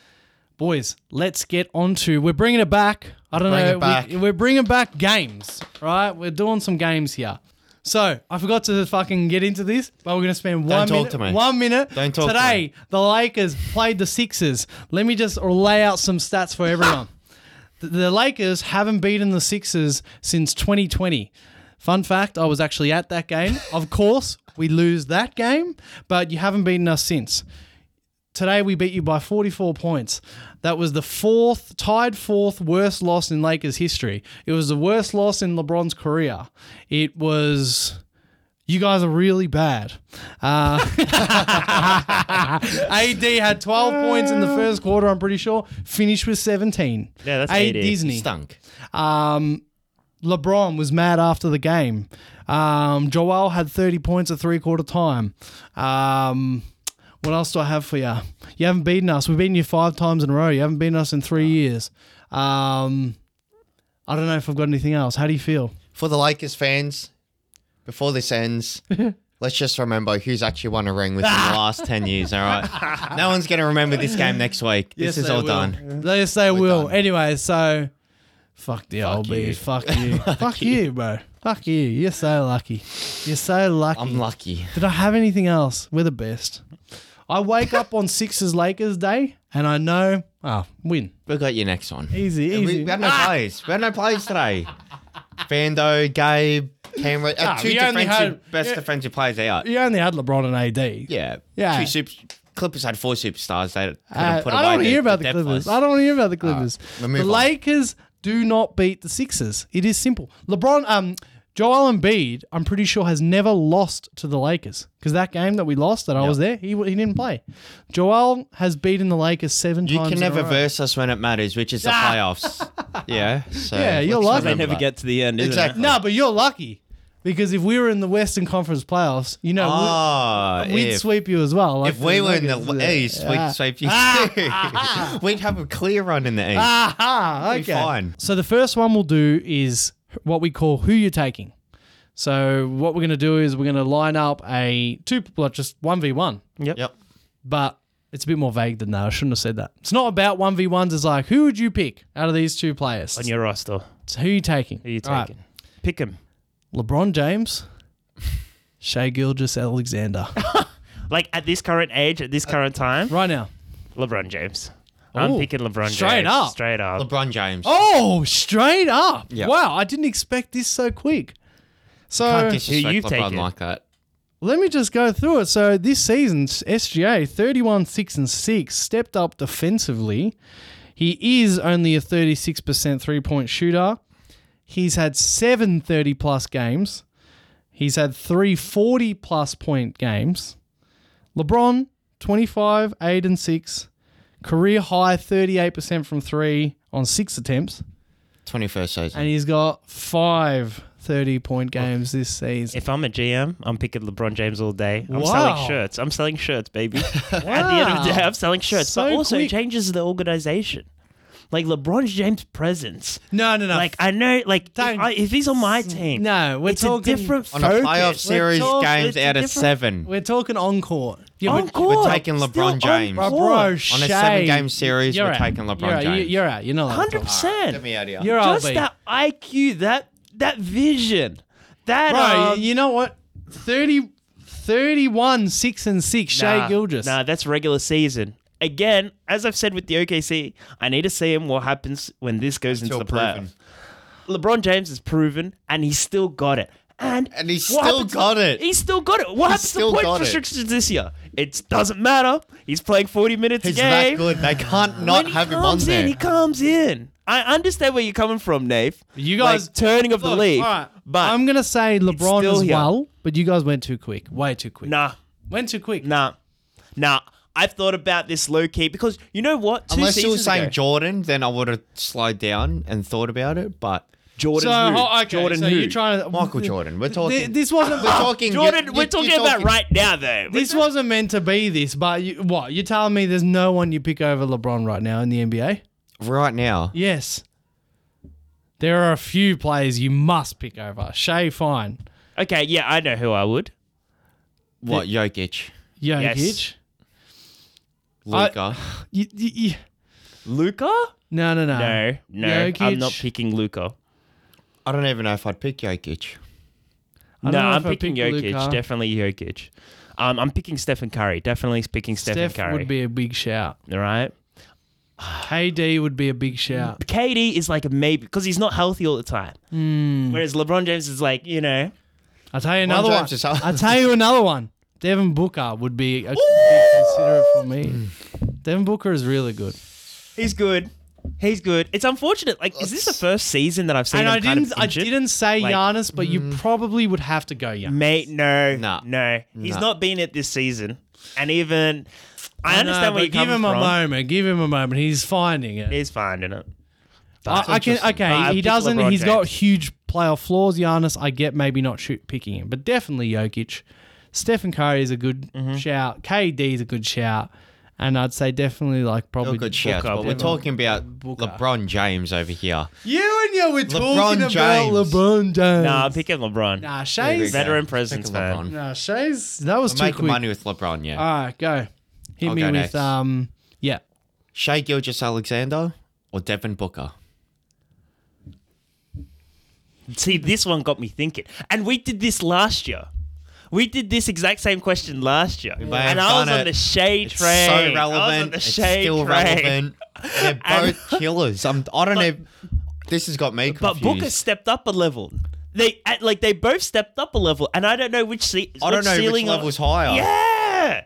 Boys, let's get on to. We're bringing it back. I don't
Bring
know.
it back.
We, are bringing back games, right? We're doing some games here. So I forgot to fucking get into this, but we're gonna spend one
talk
minute.
to me.
One minute.
Don't talk to
Today
me.
the Lakers played the Sixers. Let me just lay out some stats for everyone. The- the Lakers haven't beaten the Sixers since 2020. Fun fact: I was actually at that game. Of course, we lose that game, but you haven't beaten us since. Today we beat you by 44 points. That was the fourth, tied fourth worst loss in Lakers history. It was the worst loss in LeBron's career. It was. You guys are really bad. Uh, AD had 12 points in the first quarter, I'm pretty sure. Finished with 17.
Yeah, that's
A
AD.
Disney.
Stunk.
Um, LeBron was mad after the game. Um, Joel had 30 points at three quarter time. Um, what else do I have for you? You haven't beaten us. We've beaten you five times in a row. You haven't beaten us in three years. Um, I don't know if I've got anything else. How do you feel?
For the Lakers fans, before this ends, let's just remember who's actually won a ring within the last 10 years, all right? No one's going to remember this game next week. this is all done.
Yes, they will.
done.
Anyway, so fuck the old
you.
bees. Fuck you. fuck you, bro. Fuck you. You're so lucky. You're so lucky.
I'm lucky.
Did I have anything else? We're the best. I wake up on Sixers Lakers day and I know, ah, win.
We got your next one.
Easy,
We,
easy.
we had no plays. We had no plays today. Fando, Gabe, Cameron, uh, two
we only
defensive,
had-
best
yeah.
defensive players out.
you only had LeBron and AD.
Yeah.
Yeah.
Two super, Clippers had four superstars. They couldn't
Uh,
put away
I don't want to
their-
hear about the
their depth
Clippers.
list.
I don't want to hear about the Clippers.
we'll
the
move on.
Lakers do not beat the Sixers. It is simple. LeBron, um, Joel Embiid, I'm pretty sure has never lost to the Lakers because that game that we lost, that I was there, he, he didn't play. Joel has beaten the Lakers seven
You
times.
can
in a
never
row.
verse us when it matters, which is the playoffs. yeah. So
Ah. Yeah, you're
let's
lucky.
They
remember
never
that.
get to the end, isn't
Exactly.
No, but you're lucky because if we were in the Western Conference playoffs, you know, we-
Oh,
We'd
if,
sweep you as well. like
if we were in the
Nuggets, yeah.
East,
Ah.
we'd sweep you too. we'd have a clear run in the East.
Aha, Ah, okay.
We'd be fine.
So the first one we'll do is what we call who you're taking. So what we're going to do is we're going to line up a two, well, just one v one,
Yep.
but it's a bit more vague than that. I shouldn't have said that. It's not about one v ones. It's like who would you pick out of these two players?
on your roster.
It's who you taking?
Who you
All right.
taking? Pick him.
LeBron James, Shea Gilgis Alexander,
Like at this current age, at this current time,
right now.
LeBron James. I'm
Uh, Ooh.
picking LeBron
Straight
James.
up.
Straight up.
LeBron James.
Oh, straight up!
Yeah.
Wow, I didn't expect this so quick. So
Can't disrespect
you've
LeBron
taken.
like that.
Let me just go through it. So this season, SGA 31 6 and 6 stepped up defensively. He is only a 36% three-point shooter. He's had 7 30 plus games. He's had 3 40 plus point games. LeBron 25 8 and 6 career high 38% from 3 on 6 attempts
21st season.
and he's got 5 30 point games this season.
If I'm a GM, I'm picking LeBron James all day. I'm
Wow.
selling shirts. I'm selling shirts, baby. At the end of the day, I'm selling shirts. but
So
also
quick.
changes the organization. Like LeBron James' presence.
No, no, no.
Like I know, like if,
Don't-
I, if he's on my team,
No, we're
it's
talking-
a different
on a playoff
focus.
series,
We're talking-
games
it's a
out of
different-
seven.
We're talking encore. Yeah,
On
but-
court,
taking
still
LeBron
on
James.
Bro,
court.
bro,
On a
Shay,
seven-game series,
you're
we're
out.
taking LeBron
you're out.
James.
You- You're out. You're not. allowed to
hundred
talk.
percent.
Get me out of here.
You're out.
Just
B.
that IQ, that that vision, that
bro.
um,
you know what? 30, 31, six and six.
nah,
Shay Gilgis.
Nah, that's regular season. Again, as I've said with the OKC, I need to see him what happens when this goes
Until
into the
proven.
playoffs. LeBron James is proven, and he's still got it. And,
And he's
what
still
happened to-
got it.
He's still got it. What happens to
still got
point
it.
restrictions this year? It doesn't matter. He's playing 40 minutes
He's
a game.
that good. They can't
When
not
he
have him on
comes in,
there.
He comes in. I understand where you're coming from, Nave.
You guys-
like, turning of the
Look,
league.
all right.
But
I'm gonna say LeBron
still
as
here.
well, but you guys went too quick. Way too quick.
nah,
Went too quick.
nah, nah. I've thought about this low key because you know what? Two
Unless you were
seasons
saying
ago-
Jordan, then I would have slowed down and thought about it. But
Jordan
So,
who?
oh, okay,
Jordan
so
who?
you're trying to
Michael Jordan, we're talking.
Th- this wasn't.
we're talking.
Oh, Jordan,
you-
we're
you-
talking
you're
about right now though.
This
We're-
wasn't meant to be this, but you, what you're telling me? There's no one you pick over LeBron right now in the NBA.
Right now.
Yes. There are a few players you must pick over. Shay Fine,
okay, yeah, I know who I would.
What Jokic,
Jokic.
Luca?
You- you- you-
Luca?
No, no, no.
No, no, I'm not
Uh, Jokic.
picking Luca.
I don't even know if I'd pick Jokic.
I don't
no,
know
I'm
if I
picking
picked
Jokic.
Luka.
Definitely Jokic. Um, I'm picking Stephen Curry. Definitely picking Stephen
Steph
Curry.
would be a big shout.
all right.
KD would be a big shout.
KD is like a maybe because he's not healthy all the time.
Hmm.
Whereas LeBron James is like, you know,
I'll tell you another one.
James is out.
I'll tell you another one. Devin Booker would be a big considerate for me. Devin Booker is really good.
he's good. He's good. It's unfortunate. Like, is this the first season that I've seen
And
him
I
kind
didn't
of
I
injured?
didn't say
Like- mm.
Giannis, but you probably would have to go Giannis.
Mate, no,
Nah.
no, he's
Nah.
not been it this season. And even, I,
I know,
understand
but
where you're
Give
coming
him
from.
a moment. Give him a moment. He's finding it.
He's fine, isn't it?
I, I can.
interesting.
Okay,
Uh, I
he
pick
doesn't.
LeBron
He's got
James.
huge playoff flaws. Giannis, I get maybe not shoot, picking him, but definitely Jokic. Stephen Curry is a good shout. KD is a good shout, and I'd say definitely like probably
All good shouts,
Booker,
but we're
Booker.
talking about
Booker.
LeBron James over here.
You and you, we're
talking about James. LeBron
James.
Nah,
Nah,
I'm picking LeBron.
nah,
There we
Shay's.
go.
Veteran presence,
Pick
man.
LeBron.
Nah, Shay's. That was
I'm
too
making
quick.
money with LeBron, yeah.
Uh,
All right, go. Hit
I'll
me
go
with
next.
um. Yeah,
Shea Gilgis Alexander or Devin Booker?
See, this one got me thinking. And we did this last year. We did this exact same question last year.
may have
And I was
done
on
it.
the shade
It's
train.
so
I was on
relevant.
the
It's
shade
still
train.
relevant. They're
And-
both killers. I'm, I don't know. This has got me
But
confused.
Booker stepped up a level. They at- like they both stepped up a level, and I don't know which se-
I don't
which
know which
ceiling of-
level's higher.
Yeah,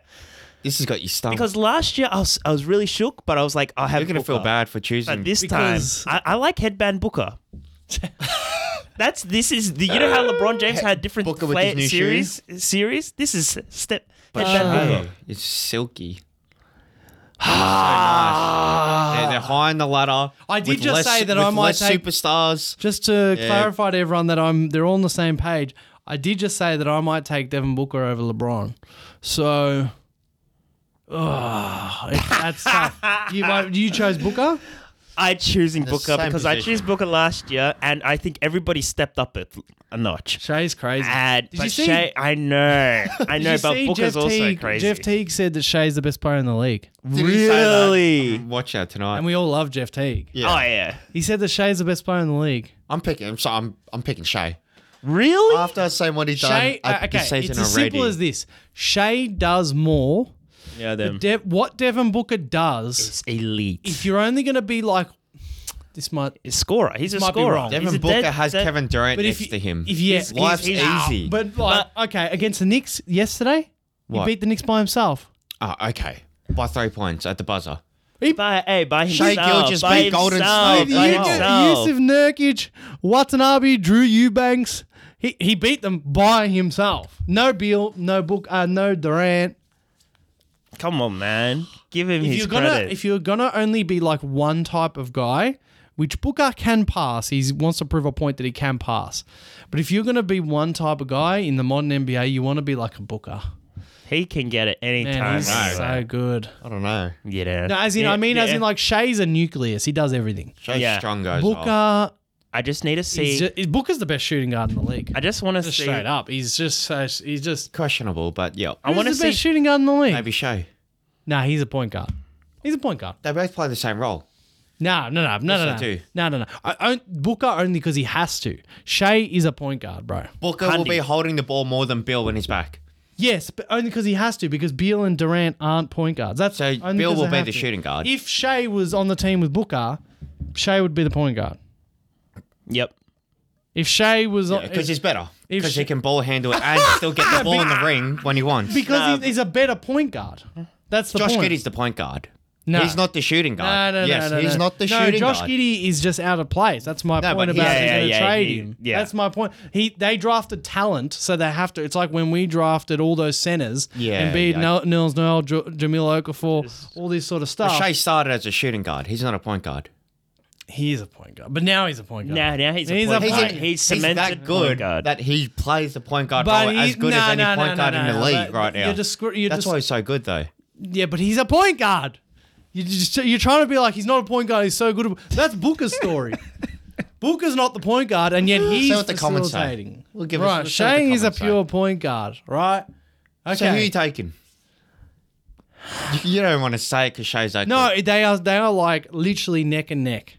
This has got you stumped.
because last year I was I was really shook, but I was like, I have.
You're going to feel
Booker.
bad for choosing.
But this
Because-
time, I, I like headband Booker. That's this is the you know how LeBron James had different
Booker with
play-
his new
series series. This is step
But
headband
Shea,
Booker.
it's silky. Ah. They're, they're high in the ladder.
I did
with
just
less-
say that
with
I might
less
take-
superstars.
just to
Yeah.
clarify to everyone that I'm they're all on the same page. I did just say that I might take Devin Booker over LeBron. So oh, it, that's tough. You, you chose Booker?
I choosing
The
Booker
same
because I
position.
choose Booker last year, and I think everybody stepped up a, a notch.
Shay's crazy.
Ah,
And
Did
but
you see-
Shea, I know, I
Did
know,
you
but
see
Booker's also
Teague,
crazy.
Jeff Teague said that Shay's the best player in the league.
Did he say that?
Really?
Um, Watch out tonight.
And we all love Jeff Teague.
yeah.
Oh yeah,
He said that Shay's the best player in the league.
I'm picking. I'm sorry. I'm, I'm picking Shay.
really?
After saying what he's done,
Shay,
I,
uh, okay,
this
it's
season
as
already.
simple as this. Shay does more.
yeah,
But
Mm.
them.
De- what Devin Booker does
It's elite.
if you're only going to be like this might
He's a scorer, he's a
Might be
scorer.
wrong.
He's
Devin
a
Booker
dead-
has
dead-
Kevin Durant
but if
next
you-
to him.
if you-
His life's
he's-
easy.
but like okay against the Knicks yesterday he
What?
beat the Knicks by himself
oh, okay. By three points at the buzzer.
By hey, by
Shea
himself.
Gilgeous
by
beat Golden
himself,
State.
Oh, by
You
Yusuf
get-
himself.
Nurkic Watanabe Drew Eubanks he, he beat them by himself no Beal no Book uh, no Durant
Come on, man. Give him
if
his
you're gonna
credit.
if you're gonna only be like one type of guy, which Booker can pass, he wants to prove a point that he can pass. But if you're gonna be one type of guy in the modern NBA, you want to be like a Booker.
he can get it any
Man,
time.
he's so good.
I don't know.
You know.
No, as in,
Yeah,
I mean, as
yeah.
in, like Shay's a nucleus. He does everything.
Shay's
Yeah.
strong goes off.
Booker,
I just need to see.
is ju- Booker's the best shooting guard in the league.
I just want to
Just
see.
straight up, he's just so, he's just.
Questionable, but yeah.
I want to
Who's the
see.
best shooting guard in the league.
Maybe Shay.
Nah, he's a point guard. He's a point guard.
They both play the same role.
No, no, no, no,
Yes, I
no, no,
do.
no, no, no. I, I, Booker only because he has to. Shea is a point guard, bro.
Booker will be holding the ball more than Bill when he's back.
Yes, but only because he has to because Beal and Durant aren't point guards. That's
So
only
Bill
'cause
will
they
be
have
the
to.
shooting guard.
If Shea was on the team with Booker, Shea would be the point guard.
Yep.
If Shea was on,
Because he's better.
If
Because
she-
he can ball handle it and still get the ball in the ring when he wants.
because he's, he's a better point guard. That's the
Josh
point.
Giddy's the point guard.
No.
He's not the shooting
no,
guard.
no,
yes,
no, no,
he's
no.
not the
no,
shooting
Josh
guard.
Giddey is just out of place. That's my
No,
point
but
about
he's-
they're
Yeah,
going to
yeah, yeah,
trade
he-
him.
yeah.
That's my point. He they drafted talent, so they have to. It's like when we drafted all those centers,
Yeah,
Embiid,
yeah.
Nel- Nils Noel, J- Jamil Okafor, all this sort of stuff.
Shea started as a shooting guard. He's not a point guard.
He is a point guard, but now he's a point guard.
Now, now he's a
He's
point
a
guard.
point-
He's,
he's
cemented
that
point
good
guard.
that he plays the point guard
But
role
he-
as good as
no,
any
no,
point
no,
guard
no,
in the
no, but-
league right
but
now.
you're discri- you're
That's
dis-
why he's so good, though.
Yeah, but he's a point guard. You just, you're trying to be like he's not a point guard. He's so good. At, that's Booker's story. Booker's not the point guard, and yet he's
See what the comments say.
facilitating.
We'll give us-
right,
we'll see what the
Shane is a
comments say.
pure point guard, right? Okay.
So who are you taking? You- You don't want to say it because Shay's like,
no, they are they are like literally neck and neck.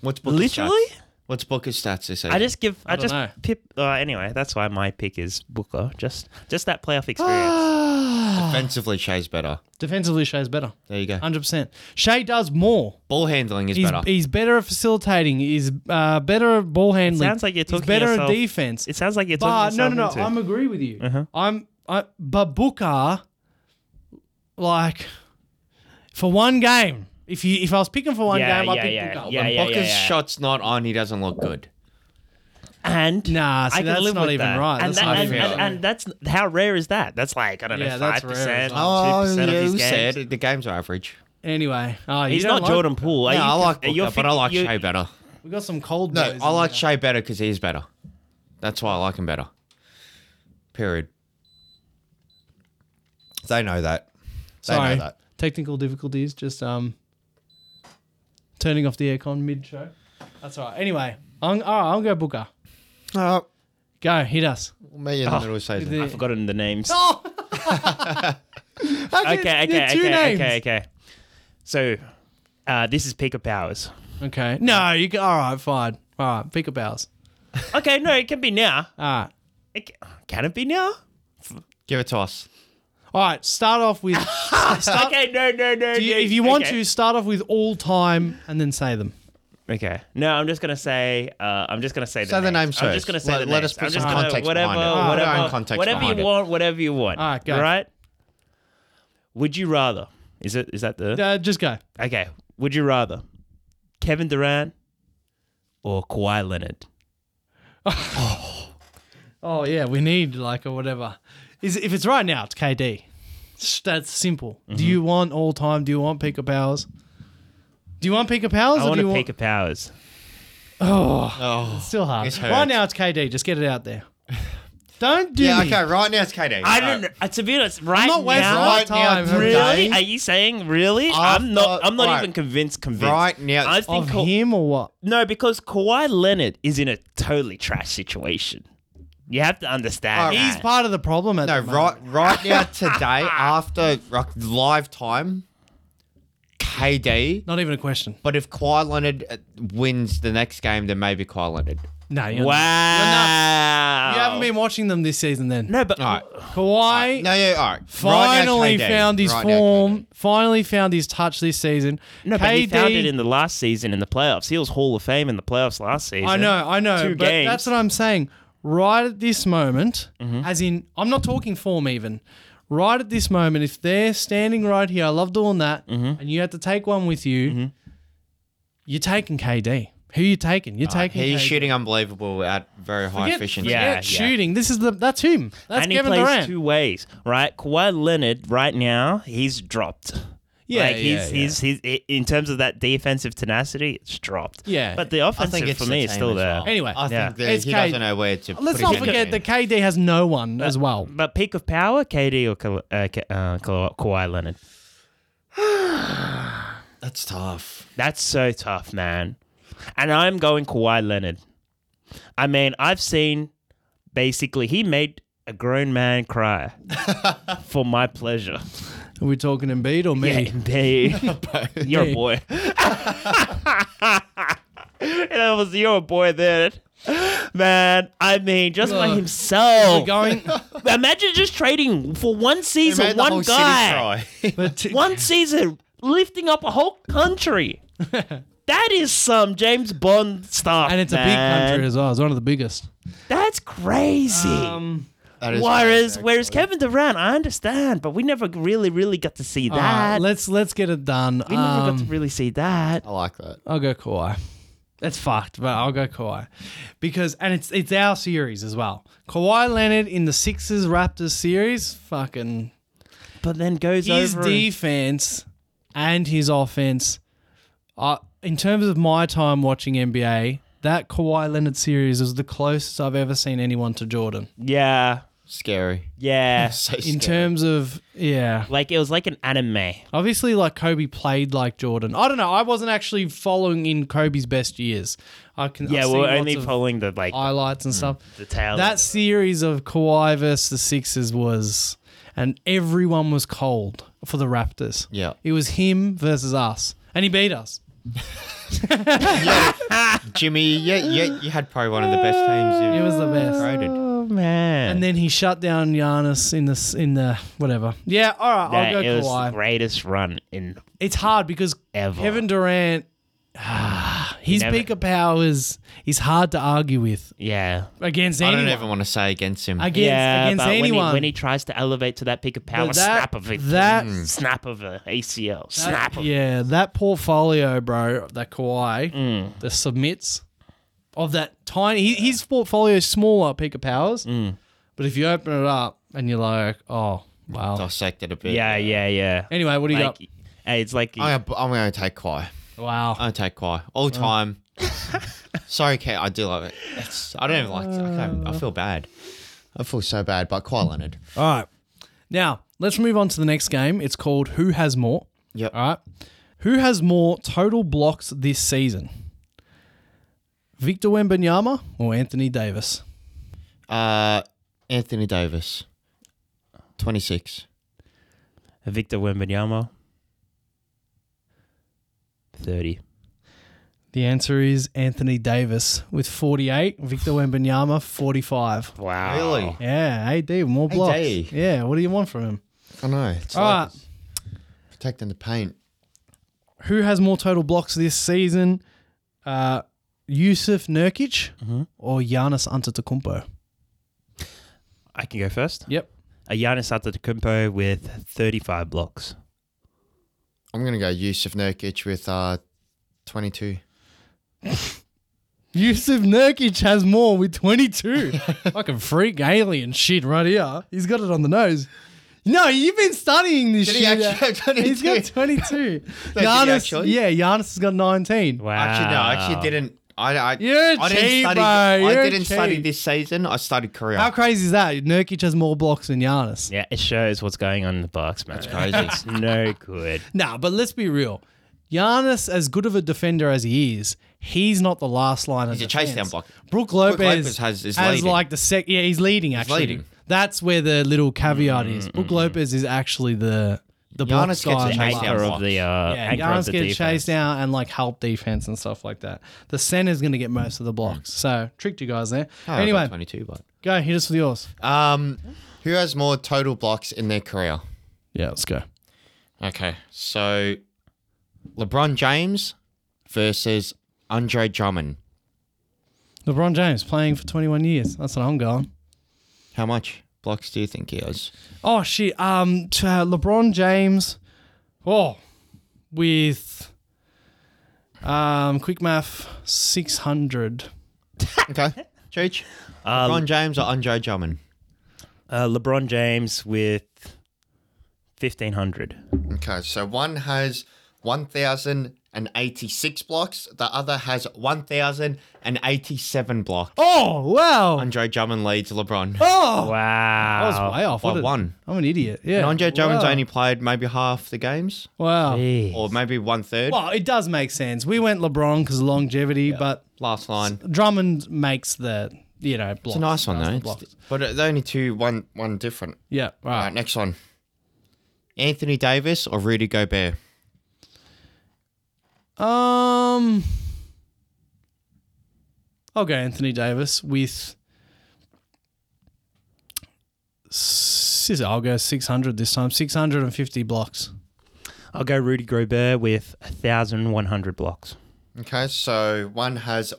what's Booker's
Literally?
stats? What's Booker's stats this season?
I just give. I,
don't
just
know.
pip. Uh, anyway, that's why my pick is Booker. Just just that playoff experience.
Ah. Offensively, Shea's better.
Defensively, Shea's better.
There you go.
100%. Shea does more.
Ball handling is
He's
better.
he's better at facilitating. He's uh, better at ball handling.
sounds like you're talking
He's better
yourself-
at defense.
it sounds like you're
but
talking
no, no, no.
yourself
I'm
into.
agree with you.
Uh-huh.
I'm I, but Booker, like for one game. If you if I was picking for one
Yeah,
game, I'd
yeah,
pick
yeah,
Booker.
yeah.
When Booker's shot's not on, he doesn't look good.
and
Nah, see,
I can
that's
live
not
with
even
that.
right.
And,
That's
that-
not
and,
even
and,
right.
and that's how rare is that? That's like I don't know,
Yeah,
five
that's rare as
percent, two
well.
percent of his
you
games.
said the games are average.
Anyway, oh, you
He's
don't
not
like-
Jordan Poole. Are
Yeah,
you-
I like
are you
Booker, but I
fig-
like
you-
Shea better.
We got some cold.
No,
boys
I
in
like
here.
Shea better because he's better. That's why I like him better. Period. They know that. They
Sorry,
know that.
technical difficulties. Just um, turning off the aircon mid show. That's all right. Anyway, I'm, all right, I'll go Booker.
Uh,
Go hit us.
me
Oh.
in the middle of season.
the-
I've forgotten the names.
Oh.
okay, okay,
they're two
okay,
names.
okay, okay. So, uh, this is Pika Powers.
Okay. No, you can. All right, fine. All right, pick up ours.
Okay, no, it can be now. Uh,
All right.
It can, can it be now?
Give it to us.
All right. Start off with. start,
Okay, no, no, no.
do you-
no,
if you want
okay.
to, start off with all time and then say them.
Okay. No, I'm just gonna say. Uh, I'm just gonna say. The
Say the
names.
names
I'm
first.
just gonna say
Let-
the
let
names.
us put
I'm just
some
gonna-
context
whatever,
behind it. Our own
whatever,
context
whatever
behind
you
it.
want, whatever you want.
All right, go.
Right? Would you rather? Is it? Is that the?
Uh, just go.
Okay. Would you rather Kevin Durant or Kawhi Leonard?
Oh yeah, we need like or whatever. Is if it's right now, it's KD. Sh- That's simple. Mm-hmm. Do you want all time? Do you want Pika Powers? Do you want Pika Powers?
I
or
want
do
to
you
pick a Powers.
Oh,
Oh.
it's still hard.
This hurts.
Right now, it's KD. Just get it out there. Don't do
Yeah,
me.
okay, right now it's KD.
I don't. know. Uh, To be honest, right
I'm not wasting
now,
my
Right now,
time. okay?
really? Are you saying really? I'm not.
After-
I'm not
right.
even convinced. Convinced.
Right now,
I think
Of
Ka-
him or what?
no, because Kawhi Leonard is in a totally trash situation. You have to understand.
Alright.
that.
He's part of the problem at
no,
the moment.
right, right now today after like, live time, KD.
Not even a question.
But if Kawhi Leonard uh, wins the next game, then maybe Kawhi Leonard.
No, you're
Wow.
You haven't been watching them this season then.
No, but
All right.
Kawhi
No, yeah, all right.
finally
right now, KD.
found his
Right now,
form,
KD.
finally found his touch this season.
no, but he found it in the last season in the playoffs. He was Hall of Fame in the playoffs last season.
I know, I know.
Two
but
games.
that's what I'm saying. Right at this moment,
Mm-hmm.
as in, I'm not talking form even. Right at this moment, if they're standing right here, I love doing that,
Mm-hmm.
and you had to take one with you, you're taking KD. Who you taking?
Uh,
You're taking
He's
KD.
shooting unbelievable at very high
Forget-
efficiency.
forget
Yeah, yeah.
shooting. This is the that's him. That's
and
Kevin
he plays
Durant.
two ways, right? Kawhi Leonard, right now, he's dropped.
Yeah,
like
yeah,
he's, he's he's i- in terms of that defensive tenacity, it's dropped.
Yeah.
but the offensive
it's
for
the
me is
team
still
as
there.
well.
Anyway,
I
Yeah.
think that
It's
he
K-
doesn't know where to.
Let's
put
not
his
forget that
energy.
KD has no one as well.
But peak of power, KD or Ka- uh, Ka- uh, Ka- Kawhi Leonard.
That's tough.
That's so tough, man. And I'm going Kawhi Leonard. I mean, I've seen basically he made a grown man cry for my pleasure.
Are we talking Embiid or me?
Yeah, indeed. you're a boy. and I was you're a boy then. Man, I mean, just by
Ugh. Oh We're
himself.
going,
Imagine just trading for one
He
season,
made the
one
whole city
guy,
cry.
but t-
one season, lifting up a whole country. that is some James Bond stuff.
and it's a big
man.
country Um, as well. It's one of the biggest.
That's crazy.
That is
whereas,
crazy,
whereas
actually.
Kevin Durant, I understand, but we never really, really got to see
All right,
that.
let's let's get it done.
we never got to
Uh, Um,
really see that.
I like that.
I'll go Kawhi. That's fucked, but I'll go Kawhi because and it's it's our series as well. Kawhi Leonard in the Sixers Raptors series, fucking
but then goes
his
over. and-
defense and his offense. Uh, in terms of my time watching NBA, that Kawhi Leonard series is the closest I've ever seen anyone to Jordan.
yeah,
Scary.
yeah.
So
In
scary.
terms of yeah,
like it was like an anime.
obviously like Kobe played like Jordan. I don't know. I wasn't actually following in Kobe's best years. I can
Yeah,
I've
we're
seen
only Hmm.
lots of
following the like
highlights and stuff.
the tail.
That series of Kawhi versus the Sixers was, and everyone was cold for the Raptors.
Yeah.
It was him versus us, and he beat us.
Jimmy, yeah, yeah, you had probably one of the best teams. in-
It was the best.
Created.
Oh man.
And then he shut down Giannis in the s- in the whatever. Yeah, all right,
that,
I'll go
it was
Kawhi.
the greatest run in
It's hard because
Ever.
Kevin Durant, ah, his
Never-
peak of power is is hard to argue with
yeah.
against
I don't
anyone.
even want to say against him.
against
yeah,
against
but
anyone.
When, he, when he tries to elevate to that peak of power,
that-
snap of it,
that-
snap of a ACL,
That-
snap of
Uh, yeah, that portfolio, bro, that Kawhi,
Mm.
the submits of that tiny. he- His portfolio is smaller, peak of powers.
Mm.
But if you open it up and you're like, oh wow.
Dissected a bit.
yeah, yeah, yeah.
Anyway, what do you
Like, hey, it's like
I'm gonna, I'm gonna take Kawhi.
got? Wow.
I'm gonna take Kawhi all time. Sorry, Kate. I do love it. It's, I don't even like. I, can't, I feel bad. I feel so bad. But Kawhi Leonard.
All right. Now, let's move on to the next game. It's called Who Has More.
Yep.
All right. Who has more total blocks this season? Victor Wembanyama or Anthony Davis?
Uh, Anthony Davis, twenty six.
Victor Wembanyama, thirty.
The answer is Anthony Davis with 48, Victor Wembanyama 45.
Wow,
Really?
Yeah, AD more blocks.
AD.
Yeah, what do you want from him?
I know. It's
All
like
right.
it's protecting the paint.
Who has more total blocks this season? Uh, Yusuf Nurkic
Mm-hmm.
or Giannis Antetokounmpo?
I can go first.
Yep.
A Giannis Antetokounmpo with thirty-five blocks.
I'm gonna go Yusuf Nurkic with uh, twenty two.
Yusuf Nurkic has more with 22. Fucking freak alien shit right here. He's got it on the nose. No, you've been studying this
Did he
shit.
actually have 22?
He's got 22.
No, did he
Giannis,
actually?
yeah, Giannis has got 19.
Wow.
Actually, no. I actually didn't. I, I,
Ah. You're a
I
cheat,
didn't study.
bro. You're
I
a
didn't study
cheat.
this season. I studied career.
How crazy is that? Nurkic has more blocks than Giannis.
Yeah, it shows what's going on in the box, man. That's
crazy.
it's no good.
Nah, but let's be real. Giannis, as good of a defender as he is, he's not the last line of
He's a
defense.
chase-down blocker.
Brooke Lopez,
Lopez has- is leading.
like the sec. Yeah, he's leading actually.
leading. Mm,
That's where the little caveat is. Brooke Lopez is actually the the block
Giannis gets
guy
a
in the
chase
block.
down
Anchor of the uh,
Yeah,
anchor of
Giannis
the
gets
defense.
chased down and like help defense and stuff like that. The center's going to get most of the blocks. So tricked you guys there.
Oh, I got
anyway,
22, but.
go hit us with yours.
Um, who has more total blocks in their career?
Yeah, let's go.
Okay, so LeBron James versus Andre Drummond.
LeBron James playing for 21 years. That's what I'm going.
How much blocks do you think he has?
Oh shit. Um, to, uh, LeBron James. Oh, with um, quick math, six hundred.
Okay, Cheech.
Um,
LeBron James or Andre Drummond?
Uh, LeBron James with fifteen hundred.
Okay, so one has 1,086 blocks, the other has 1,087 blocks.
Oh wow.
Andre Drummond leads LeBron.
Oh,
Wow.
I was way off.
By
What a-
one.
I'm an idiot. Yeah.
And Andre Drummond's
wow.
only played maybe half the games,
Wow.
Jeez.
or maybe one third.
Well, it does make sense. We went LeBron because longevity, but
Last line.
Drummond makes the you know blocks.
It's a nice one though.
Does the
It's-
blocks.
But uh, they're only two, one, one different.
Yeah.
All
Right.
right, next one. Anthony Davis or Rudy Gobert?
Um, I'll go Anthony Davis with. Sis- I'll go 600 this time. 650 blocks.
I'll go Rudy Gobert with thousand one hundred blocks.
Okay, so one has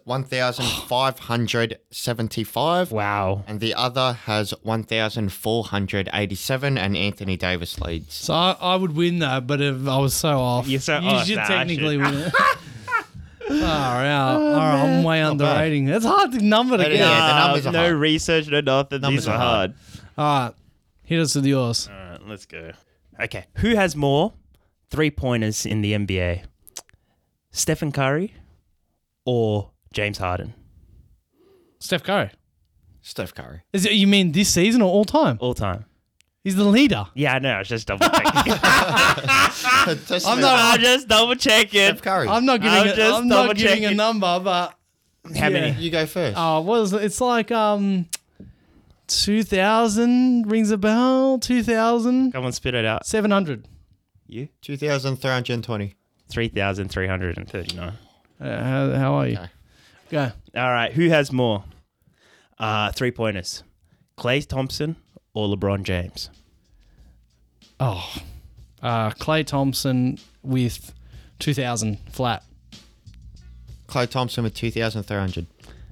1,575
Wow.
and the other has 1,487 and Anthony Davis leads.
So I, I would win though, but if I was so off.
You're so
you
off.
should
Nah, I
technically
should.
win it. All right, all right, I'm way
bad.
underrating. It's hard to number to
That is-
get.
Yeah, the Uh, numbers are
no
hard.
research, no nothing.
Numbers
These are
are
hard.
hard.
All right, hit us with yours.
All right, let's go. Okay, who has more three pointers in the NBA? Stephen Curry or James Harden?
Steph Curry.
Steph Curry.
Is it, you mean this season or all time?
All time.
He's the leader.
Yeah, I know. I was just double checking.
I'm
I was just double checking.
Steph Curry.
I'm not giving.
I'm
a-
just
I'm not
double
giving a
checking.
number, but
How many?
you go first.
oh, what is it? It's like um, two thousand rings a bell. Two thousand
Come on, spit it out.
seven hundred.
You?
2,320.
3,339.
Uh, how, how are you?
Okay.
Go.
All right. Who has more? Uh, three pointers Clay Thompson or LeBron James?
Oh, uh, Clay Thompson with 2,000 flat.
Clay Thompson with 2,300.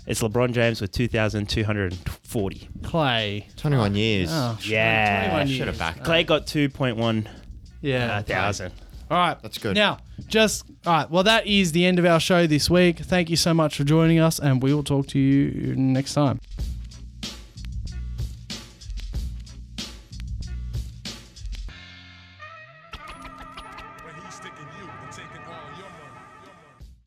It's LeBron James with 2,240.
Clay.
21 years.
Oh, sh-
Yeah.
21
Should
years.
have backed.
Clay got 2.1
Yeah.
uh, thousand.
All right.
That's good.
Now, just, all right. Well, that is the end of our show this week. Thank you so much for joining us, and we will talk to you next time.
When he's sticking you and taking all your money.